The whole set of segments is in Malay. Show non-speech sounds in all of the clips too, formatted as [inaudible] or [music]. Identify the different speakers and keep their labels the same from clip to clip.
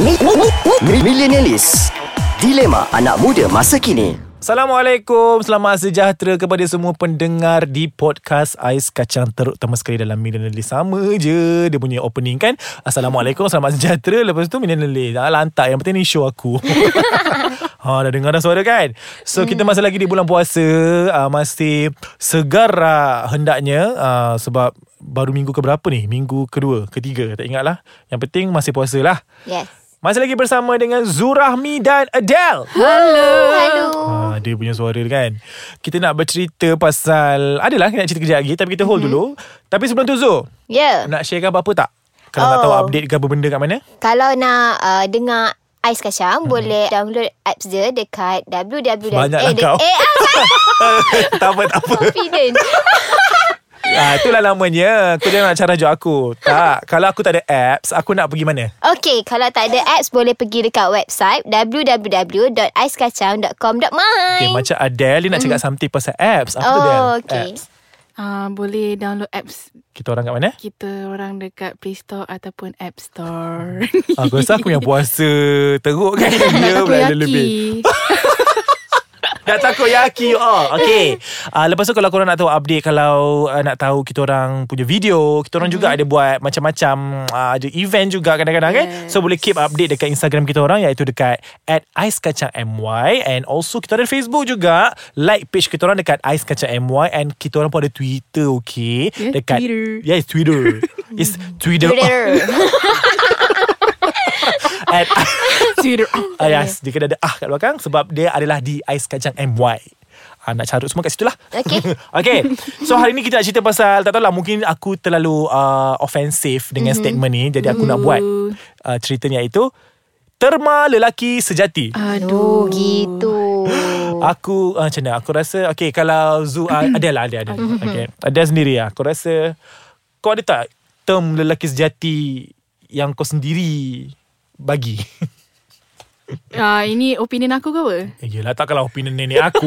Speaker 1: Mi- mi- mi- mi- Millenialis Dilema anak muda masa kini
Speaker 2: Assalamualaikum, selamat sejahtera kepada semua pendengar di podcast Ais Kacang Teruk Terutama sekali dalam Millennialis Sama je dia punya opening kan Assalamualaikum, selamat sejahtera Lepas tu Millennialis ah, Lantak, yang penting ni show aku Ha, dah dengar dah suara kan So kita masih lagi di bulan puasa uh, Masih segar uh, hendaknya uh, Sebab baru minggu ke berapa ni? Minggu kedua, ketiga tak ingat lah Yang penting masih puasa lah
Speaker 3: Yes.
Speaker 2: Masih lagi bersama dengan Zurahmi dan Adele
Speaker 3: Hello.
Speaker 2: Ha, dia punya suara kan Kita nak bercerita pasal Adalah kita nak cerita kejap lagi Tapi kita hold mm-hmm. dulu Tapi sebelum tu Zul
Speaker 3: Mhm. Ya. Yeah.
Speaker 2: Nak sharekan apa-apa tak? Kalau oh. nak
Speaker 3: Oh.
Speaker 2: tahu update ke apa benda kat mana [laughs]
Speaker 3: Kalau nak uh, dengar Ais Kacang hmm. boleh download apps dia dekat www.
Speaker 2: Banyaklah
Speaker 4: lah
Speaker 3: eh, de-
Speaker 2: kau.
Speaker 3: Eh, ah, sorry.
Speaker 2: Tak apa tak apa
Speaker 4: [laughs]
Speaker 3: confident.
Speaker 2: ha, Itulah namanya Kau jangan nak cara jual aku Tak Kalau aku tak ada apps Aku nak pergi mana?
Speaker 3: Okay, kalau tak ada apps boleh pergi dekat website www.aiskacang.com.my.
Speaker 2: Okay, macam Adele Dia nak cakap something pasal apps Apa tu Adele?
Speaker 3: Mhm. Oh, okay.
Speaker 2: Apps.
Speaker 4: Uh, boleh download apps
Speaker 2: Kita orang kat mana?
Speaker 4: kita orang dekat Play Store ataupun App
Speaker 2: [laughs]
Speaker 4: Store. [laughs]
Speaker 2: Ah, Aku rasa aku yang puasa Teruk
Speaker 3: [laughs]
Speaker 2: kan Dia
Speaker 4: Aku
Speaker 2: pula ada
Speaker 4: yaki.
Speaker 2: [laughs] Dah takut ya, yaki you all [laughs] Okay uh, Lepas tu kalau korang nak tahu update Kalau uh, nak tahu kita orang punya video Kita orang juga ada buat macam-macam uh, Ada event juga kadang-kadang yes. kan So boleh keep update dekat Instagram kita orang Iaitu dekat At Ais Kacang MY And also kita ada Facebook juga Like page kita orang dekat Ais Kacang MY And kita orang pun ada Twitter okay
Speaker 4: Yeah,
Speaker 2: Dekat
Speaker 4: Twitter.
Speaker 2: Yes [laughs] Twitter It's Twitter,
Speaker 3: Twitter.
Speaker 2: [laughs] At,
Speaker 4: Twitter.
Speaker 2: Ah, yes, dia kena ada ah kat belakang sebab dia adalah di Ais Kacang MY. Ah, nak carut semua kat situ lah [laughs]
Speaker 3: Okey.
Speaker 2: Okay So hari ni kita nak cerita pasal Tak tahulah mungkin aku terlalu uh, Offensive dengan mm-hmm. statement ni Jadi aku nak buat uh, Ceritanya iaitu Terma lelaki sejati
Speaker 3: Oh,
Speaker 4: Aduh. [laughs]
Speaker 3: gitu.
Speaker 2: Aku uh, macam mana Aku rasa Okay kalau Zu uh, Ada lah ada, ada. Okay. ada sendiri lah Aku rasa Kau ada tak Term lelaki sejati Yang kau sendiri Bagi
Speaker 4: Uh, ini opinion aku ke apa?
Speaker 2: [laughs] Yelah tak kalau opinion nenek [laughs] aku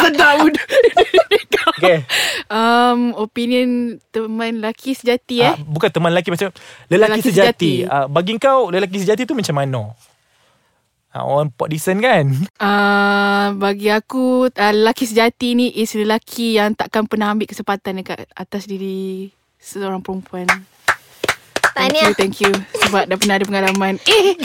Speaker 4: Sedap budak.
Speaker 2: Okay
Speaker 4: um, opinion teman lelaki sejati eh.
Speaker 2: Ah, bukan teman lelaki macam lelaki, lelaki
Speaker 4: Lelaki
Speaker 2: sejati.
Speaker 4: sejati.
Speaker 2: Ah, bagi kau lelaki sejati tu macam mana? Ah, orang pot decent kan? [laughs]
Speaker 4: Uh, bagi aku uh, lelaki sejati ni is lelaki yang takkan pernah ambil kesempatan dekat atas diri seorang perempuan. Thank
Speaker 3: Tahniah.
Speaker 4: you, thank you. Sebab dah pernah ada pengalaman. Eh,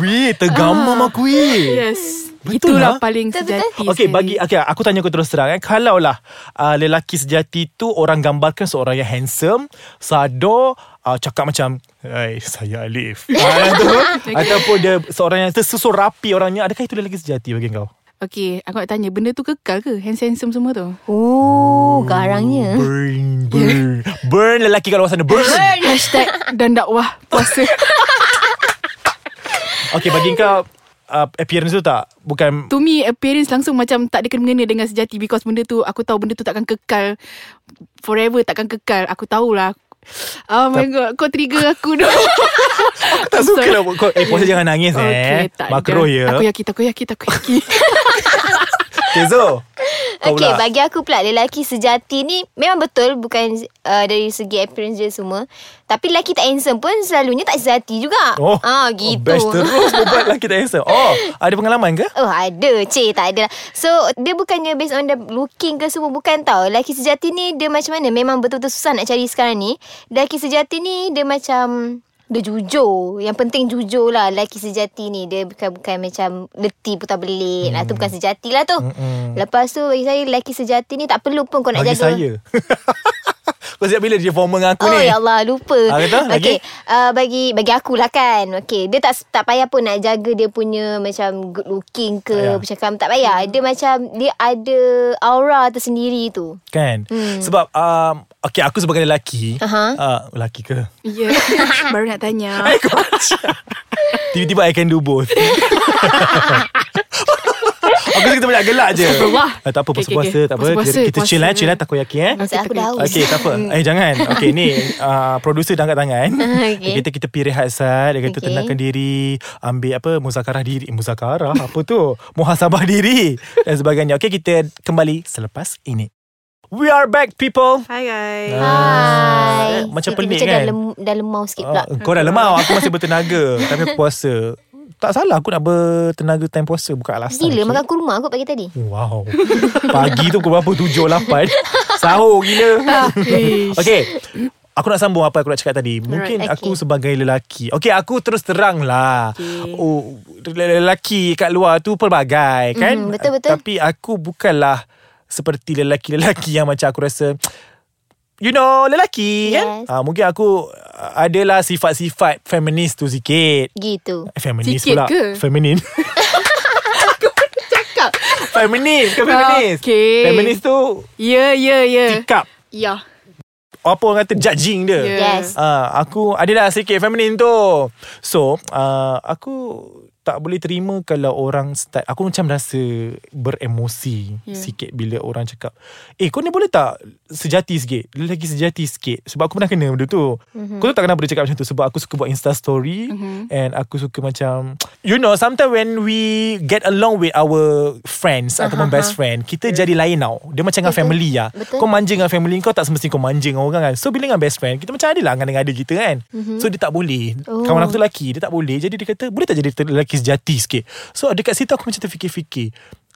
Speaker 2: Weh, tergamam
Speaker 4: Ah. ya.
Speaker 2: aku weh.
Speaker 4: yes.
Speaker 2: Eh, Betul lah.
Speaker 4: Itulah paling
Speaker 3: Betul, betul.
Speaker 4: sejati.
Speaker 2: Okay,
Speaker 4: sekali.
Speaker 2: bagi okay, aku tanya kau terus terang kan. Kalaulah uh, lelaki sejati tu orang gambarkan seorang yang handsome, sado, uh, cakap macam, "Hai, saya
Speaker 4: [laughs]
Speaker 2: Alif." Ah, tu. Ataupun dia seorang yang tersusun rapi orangnya, adakah itu lelaki sejati bagi kau?
Speaker 4: Okay, aku nak tanya, benda tu kekal ke? Handsome-handsome semua
Speaker 3: [laughs]
Speaker 4: tu?
Speaker 3: Oh,
Speaker 4: Hmm.
Speaker 3: garangnya.
Speaker 4: Ya.
Speaker 2: Burn, burn. burn lelaki kalau sana
Speaker 4: [laughs]
Speaker 2: burn.
Speaker 3: Kan?
Speaker 4: Hashtag dan dakwah
Speaker 3: [laughs]
Speaker 4: puasa.
Speaker 2: Okay bagi kau uh, Appearance tu tak Bukan
Speaker 4: to me, appearance langsung macam tak ada kena-mengena dengan sejati because benda tu, aku tahu benda tu takkan kekal. Forever takkan kekal. Aku tahulah. Oh my god, kau trigger aku
Speaker 2: [laughs]
Speaker 4: dah.
Speaker 2: Tak suka lah kau, Eh puasa jangan nangis eh Makro ya
Speaker 4: Aku yakin, aku yakin, aku yakin.
Speaker 3: [laughs]
Speaker 2: Okay Zo Kau
Speaker 3: Okay,
Speaker 2: pula
Speaker 3: bagi aku pula lelaki sejati ni memang betul bukan uh, dari segi appearance dia semua. Tapi lelaki tak handsome pun selalunya tak sejati juga.
Speaker 2: Oh
Speaker 3: ah gitu.
Speaker 2: Best terus Buat lelaki tak handsome Oh ada pengalaman ke?
Speaker 3: [laughs] Oh ada Cik tak ada lah So dia bukannya Based on the looking ke semua Bukan tau Lelaki sejati ni Dia macam mana Memang betul-betul susah Nak cari sekarang ni Lelaki sejati ni Dia macam dia jujur Yang penting jujur lah Lelaki sejati ni Dia bukan-bukan macam Letih putar belit hmm. Itu bukan sejati lah tu
Speaker 2: Mm-mm.
Speaker 3: Lepas tu bagi saya Lelaki sejati ni Tak perlu pun kau
Speaker 2: hmm.
Speaker 3: nak
Speaker 2: Bagi
Speaker 3: jaga
Speaker 2: saya [laughs] Kau siap bila dia formal dengan aku
Speaker 3: oh,
Speaker 2: ni?
Speaker 3: ya Allah lupa.
Speaker 2: Ah, kata, lagi?
Speaker 3: okay. Uh, bagi bagi akulah kan. Okey, dia tak tak payah pun nak jaga dia punya macam good looking
Speaker 2: Tak payah.
Speaker 3: ke, bercakap
Speaker 2: Hmm.
Speaker 3: tak payah. Dia macam dia ada aura tersendiri tu.
Speaker 2: Kan hmm. Sebab um, Okay aku sebagai lelaki
Speaker 3: Aha.
Speaker 2: uh, Lelaki ke?
Speaker 3: [laughs]
Speaker 4: Ya, baru nak
Speaker 2: [laughs]
Speaker 4: tanya.
Speaker 2: Eh, kau macam- Tiba-tiba I can do both [laughs] Aku rasa kita banyak gelak je
Speaker 3: lah.
Speaker 4: Astagfirullah.
Speaker 2: Ah, Tak apa
Speaker 4: Okay, okay,
Speaker 2: puasa-puasa
Speaker 4: okay.
Speaker 2: Tak apa kita,
Speaker 4: Puasa-puasa,
Speaker 2: kita chill lah
Speaker 4: puasa.
Speaker 2: Chill lah takoyaki eh
Speaker 3: Maksud aku dah haus.
Speaker 2: Okay tak apa Eh jangan Okay ni uh, Producer dah angkat tangan
Speaker 3: Okay.
Speaker 2: Dia kata kita pergi rehat Sat Dia kata okay.
Speaker 3: Okay.
Speaker 2: tenangkan diri Ambil apa Muzakarah diri Eh, Muzakarah apa tu Muhasabah diri Dan sebagainya Okay kita kembali Selepas ini We are back people
Speaker 5: Hi guys.
Speaker 3: Hai.
Speaker 2: Macam
Speaker 3: Sikit
Speaker 2: pelik
Speaker 3: macam
Speaker 2: kan?
Speaker 3: Dah, lem, dah lemau sikit pula.
Speaker 2: Ah, Kau dah lemah Aku masih bertenaga Tapi aku puasa Tak salah aku nak bertenaga Time puasa Bukan alasan
Speaker 3: Gila
Speaker 2: Okey.
Speaker 3: makan kurma aku pagi tadi.
Speaker 2: Oh, Wow Pagi tu pukul berapa Tujuh, lapan Sahur gila
Speaker 4: Ish.
Speaker 2: Okay Aku nak sambung apa aku nak cakap tadi Mungkin
Speaker 3: Alright,
Speaker 2: right,
Speaker 3: okay.
Speaker 2: okay. aku sebagai lelaki Okay aku terus terang lah okay. oh, Lelaki kat luar tu pelbagai kan
Speaker 3: Mm, betul, betul.
Speaker 2: Tapi aku bukanlah Seperti lelaki-lelaki yang macam aku rasa You know lelaki kan
Speaker 3: Yes.
Speaker 2: ha, Mungkin aku uh, adalah sifat-sifat feminis tu sikit
Speaker 3: Gitu.
Speaker 2: Eh, Feminis pula
Speaker 4: Sikit ke? [laughs]
Speaker 2: Feminin
Speaker 4: Cakap.
Speaker 2: Feminis ke feminis
Speaker 4: Okay.
Speaker 2: Feminis tu
Speaker 4: Ya, ya, ya.
Speaker 2: Tikap
Speaker 4: Ya.
Speaker 2: Apa orang kata judging dia
Speaker 4: Ya.
Speaker 3: Yes.
Speaker 2: Ah, aku adalah sikit feminin tu. So, uh, aku tak boleh terima kalau orang start aku macam rasa beremosi yeah.
Speaker 4: Ya.
Speaker 2: sikit bila orang cakap, "Eh, kau ni boleh tak sejati sikit? Lelaki sejati sikit." Sebab aku pernah kena benda tu. Mm-hmm. Kau tahu tak kenapa dia cakap macam tu? Sebab aku suka buat Insta story mm-hmm. and aku suka macam you know, sometimes when we get along with our friends ataupun best friend, kita jadi lain tau. Dia macam dengan family lah. Kau
Speaker 3: Betul.
Speaker 2: manja dengan family kau tak semestinya kau manja dengan orang kan. So bila dengan best friend, kita macam adalah ngada-ngada kita kan. Mm-hmm. So dia tak boleh.
Speaker 3: Oh.
Speaker 2: Oh. Kawan aku tu lelaki, dia tak boleh. Jadi dia kata, boleh tak jadi ter- lelaki sejati sikit? So dekat situ aku macam terfikir-fikir.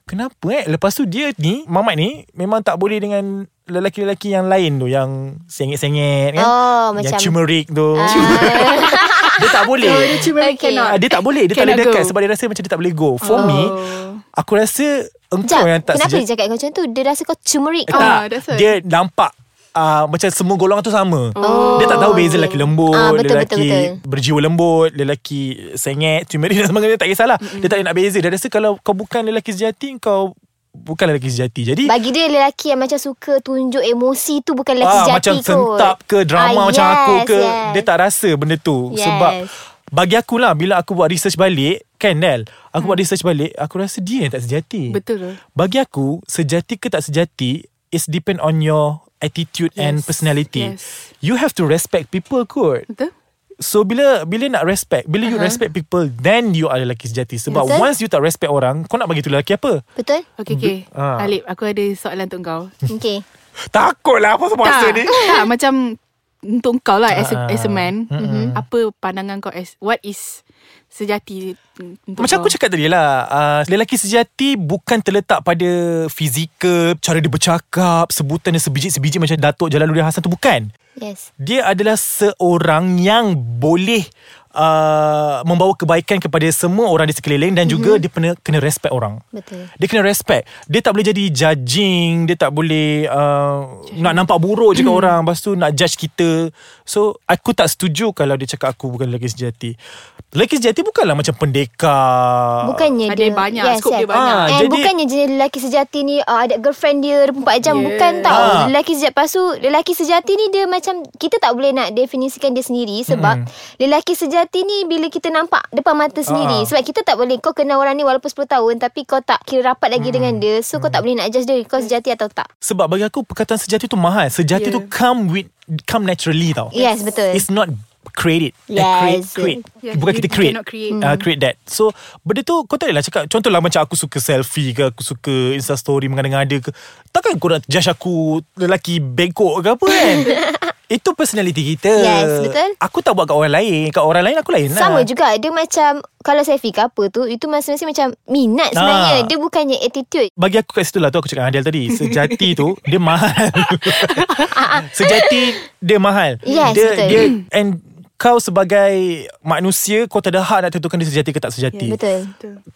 Speaker 2: Kenapa eh? Lepas tu dia ni, mamat ni memang tak boleh dengan lelaki-lelaki yang lain tu. Yang sengit-sengit kan.
Speaker 3: Oh,
Speaker 2: yang
Speaker 3: macam-
Speaker 2: turmeric tu.
Speaker 3: Ah.
Speaker 2: [laughs]
Speaker 3: Oh,
Speaker 2: Dia tak boleh.
Speaker 3: turmeric Okay. cannot.
Speaker 2: Ah, Dia tak boleh. Dia tak boleh
Speaker 4: Cannot
Speaker 2: dekat
Speaker 4: go. Oh.
Speaker 2: sebab dia rasa macam dia tak boleh go. For me, aku rasa engkau
Speaker 3: Jap,
Speaker 2: yang tak
Speaker 3: kenapa
Speaker 2: sejati.
Speaker 3: dia cakap kau macam tu? Dia rasa kau cemerik
Speaker 2: Eh,
Speaker 3: kau.
Speaker 2: tak.
Speaker 4: Ah, that's why.
Speaker 2: Dia nampak uh, macam semua golongan tu sama.
Speaker 4: Oh.
Speaker 2: Dia tak tahu beza lelaki lembut,
Speaker 3: Ah, betul,
Speaker 2: lelaki
Speaker 3: betul, betul.
Speaker 2: berjiwa lembut, lelaki sengit, cumeri [laughs] dan sebagainya. Tak kisahlah. Mm-hmm. Dia tak boleh nak beza. Dia rasa kalau kau bukan lelaki sejati, kau bukan lelaki sejati. Jadi
Speaker 3: Bagi dia lelaki yang macam suka tunjuk emosi tu bukan lelaki
Speaker 2: ah,
Speaker 3: sejati
Speaker 2: macam
Speaker 3: kot.
Speaker 2: sentap ke drama
Speaker 3: Ah,
Speaker 2: macam
Speaker 3: yes,
Speaker 2: aku ke.
Speaker 3: yes.
Speaker 2: Dia tak rasa benda tu.
Speaker 3: Yes.
Speaker 2: Sebab bagi aku lah bila aku buat research balik, kan Nel? Aku buat
Speaker 3: Hmm.
Speaker 2: research balik, aku rasa dia yang tak sejati.
Speaker 4: Betul.
Speaker 2: Bagi aku Sejati ke tak sejati Is depend on your Attitude yes. and
Speaker 4: Yes,
Speaker 2: personality
Speaker 4: yes.
Speaker 2: You have to respect people kot
Speaker 4: Betul?
Speaker 2: So bila bila nak respect Bila you respect people Then you are lelaki sejati Sebab
Speaker 3: Uh-huh. Betul.
Speaker 2: Betul? once you tak respect orang Kau nak bagi tu lelaki apa?
Speaker 3: Betul?
Speaker 4: Okay, okay.
Speaker 2: Ah.
Speaker 4: Alip, aku ada soalan untuk kau.
Speaker 3: Okay.
Speaker 2: Takutlah apa semasa
Speaker 3: [laughs]
Speaker 2: ni
Speaker 4: [laughs] tak, macam untuk kau lah as
Speaker 2: Ah.
Speaker 4: a, as a man. Mm-hmm.
Speaker 2: Mm-mm.
Speaker 4: Apa pandangan kau as what is sejati untuk
Speaker 2: Macam
Speaker 4: kau?
Speaker 2: aku cakap tadi lah uh, Lelaki sejati Bukan terletak pada Fizikal Cara dia bercakap Sebutan dia sebiji-sebiji Macam Datuk Jalaluddin Hassan tu Bukan
Speaker 3: Yes.
Speaker 2: Dia adalah seorang yang boleh uh, membawa kebaikan kepada semua orang di sekeliling dan juga mm-hmm. dia kena kena respect orang.
Speaker 3: Betul.
Speaker 2: Dia kena respect. Dia tak boleh jadi judging, dia tak boleh uh, nak nampak buruk je kat orang, lepas tu nak judge kita. So aku tak setuju kalau dia cakap aku bukan lelaki sejati. Lelaki sejati bukanlah macam pendekar.
Speaker 3: Bukannya
Speaker 4: Ada
Speaker 3: dia
Speaker 4: banyak,
Speaker 3: yes,
Speaker 4: skop
Speaker 3: yes.
Speaker 4: dia banyak.
Speaker 2: Ah,
Speaker 3: And
Speaker 2: jadi-
Speaker 3: bukannya jenis lelaki sejati ni uh, Ada girlfriend dia 24 jam
Speaker 4: Yeah.
Speaker 3: yeah. Bukan tau
Speaker 2: Ah.
Speaker 3: Lelaki sejati Lepas tu Lelaki sejati ni dia macam Kita tak boleh nak Definisikan dia sendiri Sebab
Speaker 2: Hmm.
Speaker 3: Lelaki sejati ni Bila kita nampak Depan mata sendiri
Speaker 2: Ah.
Speaker 3: Sebab kita tak boleh Kau kenal orang ni Walaupun 10 tahun Tapi kau tak kira rapat lagi
Speaker 2: Hmm.
Speaker 3: dengan dia So kau tak boleh nak judge dia Kau sejati atau tak
Speaker 2: Sebab bagi aku perkataan sejati tu mahal. Sejati
Speaker 4: Yeah.
Speaker 2: tu come with come naturally tau.
Speaker 3: Yes, betul
Speaker 2: It's not created.
Speaker 3: Yes. Mm.
Speaker 2: Create, create.
Speaker 4: Yeah,
Speaker 2: Bukan
Speaker 4: you-
Speaker 2: kita
Speaker 4: you
Speaker 2: create.
Speaker 4: cannot create.
Speaker 2: Uh, create that. So, benda tu kau tak boleh lah cakap. Contohlah macam aku suka selfie ke, aku suka Insta story mengada-ngada ke. Takkan kau nak judge aku lelaki bengkok ke apa
Speaker 3: [laughs]
Speaker 2: kan? Itu personality kita.
Speaker 3: Yes, betul.
Speaker 2: Aku tak buat kat orang lain. Kat orang lain aku lain lah.
Speaker 3: Sama juga Dia macam Kalau selfie ke apa tu Itu masing-masing macam Minat sebenarnya
Speaker 2: Ah.
Speaker 3: Dia bukannya attitude
Speaker 2: Bagi aku kat situ lah tu aku cakap dengan Adel tadi. Sejati
Speaker 3: [laughs]
Speaker 2: tu dia mahal. sejati dia mahal.
Speaker 3: Yes,
Speaker 2: dia,
Speaker 3: betul.
Speaker 2: dia and kau sebagai manusia kau tak ada hak nak tentukan dia sejati ke tak sejati.
Speaker 3: Betul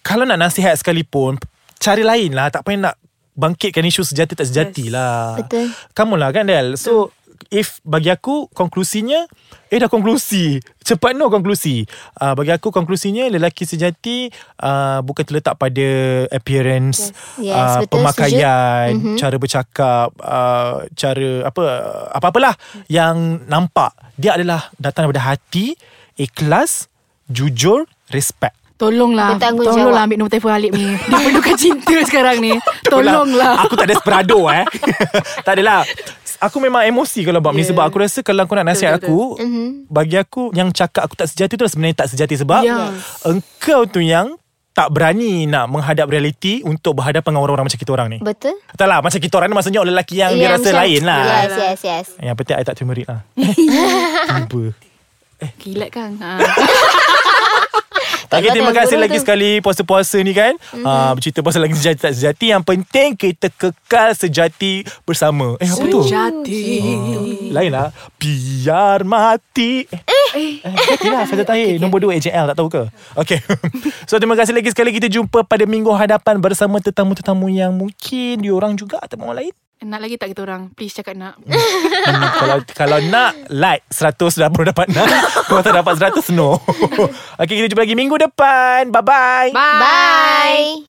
Speaker 2: kalau nak nasihat sekalipun Cari lain lah Tak payah nak Bangkitkan isu sejati tak sejati yes. lah
Speaker 3: Betul.
Speaker 2: Kamu lah kan Del So If bagi aku Konklusinya Eh dah konklusi Cepat no konklusi uh, Bagi aku konklusinya Lelaki sejati uh, Bukan terletak pada Appearance
Speaker 3: Yes. Yes,
Speaker 2: ah,
Speaker 3: betul, Mhm.
Speaker 2: Pemakaian mm-hmm. Cara bercakap uh, Cara Apa Apa-apalah Yang nampak Dia adalah Datang daripada hati Ikhlas Jujur Respect
Speaker 4: Tolonglah
Speaker 3: Bertanggungjawab.
Speaker 4: Tolonglah ambil nombor telefon Alip
Speaker 2: [laughs]
Speaker 4: ni Dia perlukan cinta sekarang ni Tolonglah
Speaker 2: Aku tak desperado eh [laughs] Tak adalah Aku memang emosi kalau buat yeah. ni
Speaker 4: Yeah.
Speaker 2: Sebab aku rasa Kalau kau nak nasihat
Speaker 4: Betul,
Speaker 2: aku
Speaker 3: Mhm. Ya.
Speaker 2: Bagi aku Yang cakap aku tak sejati tu Sebenarnya tak sejati Sebab
Speaker 4: Yeah.
Speaker 2: Engkau tu yang tak berani nak menghadap realiti untuk berhadapan dengan orang-orang macam kita orang ni.
Speaker 3: Betul?
Speaker 2: Tak lah macam kita orang ni maksudnya orang lelaki yang, yang dia rasa
Speaker 3: Ya, macam-
Speaker 2: lain lah.
Speaker 3: Yes, Ya. yes, yes.
Speaker 2: Yang penting I tak turmeric
Speaker 3: [laughs]
Speaker 2: lah. Tiba. Ah.
Speaker 4: Kilat kan ha.
Speaker 2: Okay,
Speaker 3: Kalau
Speaker 2: terima
Speaker 3: tengok
Speaker 2: kasih
Speaker 3: guru
Speaker 2: lagi
Speaker 3: tu-
Speaker 2: sekali puasa-puasa ni kan.
Speaker 3: Mhm.
Speaker 2: Mm-hmm. Uh, bercerita pasal lagi sejati tak sejati. Yang penting kita kekal sejati bersama. Eh, apa tu?
Speaker 4: Sejati
Speaker 2: Lain lah. Biar mati. Eh. Eh, sejati lah. Fajar [laughs] Tahir. Nombor 2 AJL. Tak tahu ke? Okay. [laughs] so, terima kasih lagi sekali. Kita jumpa pada minggu hadapan bersama tetamu-tetamu yang mungkin diorang juga atau orang [laughs] lain.
Speaker 4: Nak lagi tak kita orang Please cakap nak
Speaker 2: Hmm, kalau kalau nak like 100 dah baru dapat [laughs] nak. Kalau tak [laughs] dapat 100 no. Okey kita jumpa lagi minggu depan. Bye bye.
Speaker 4: Bye
Speaker 3: Bye.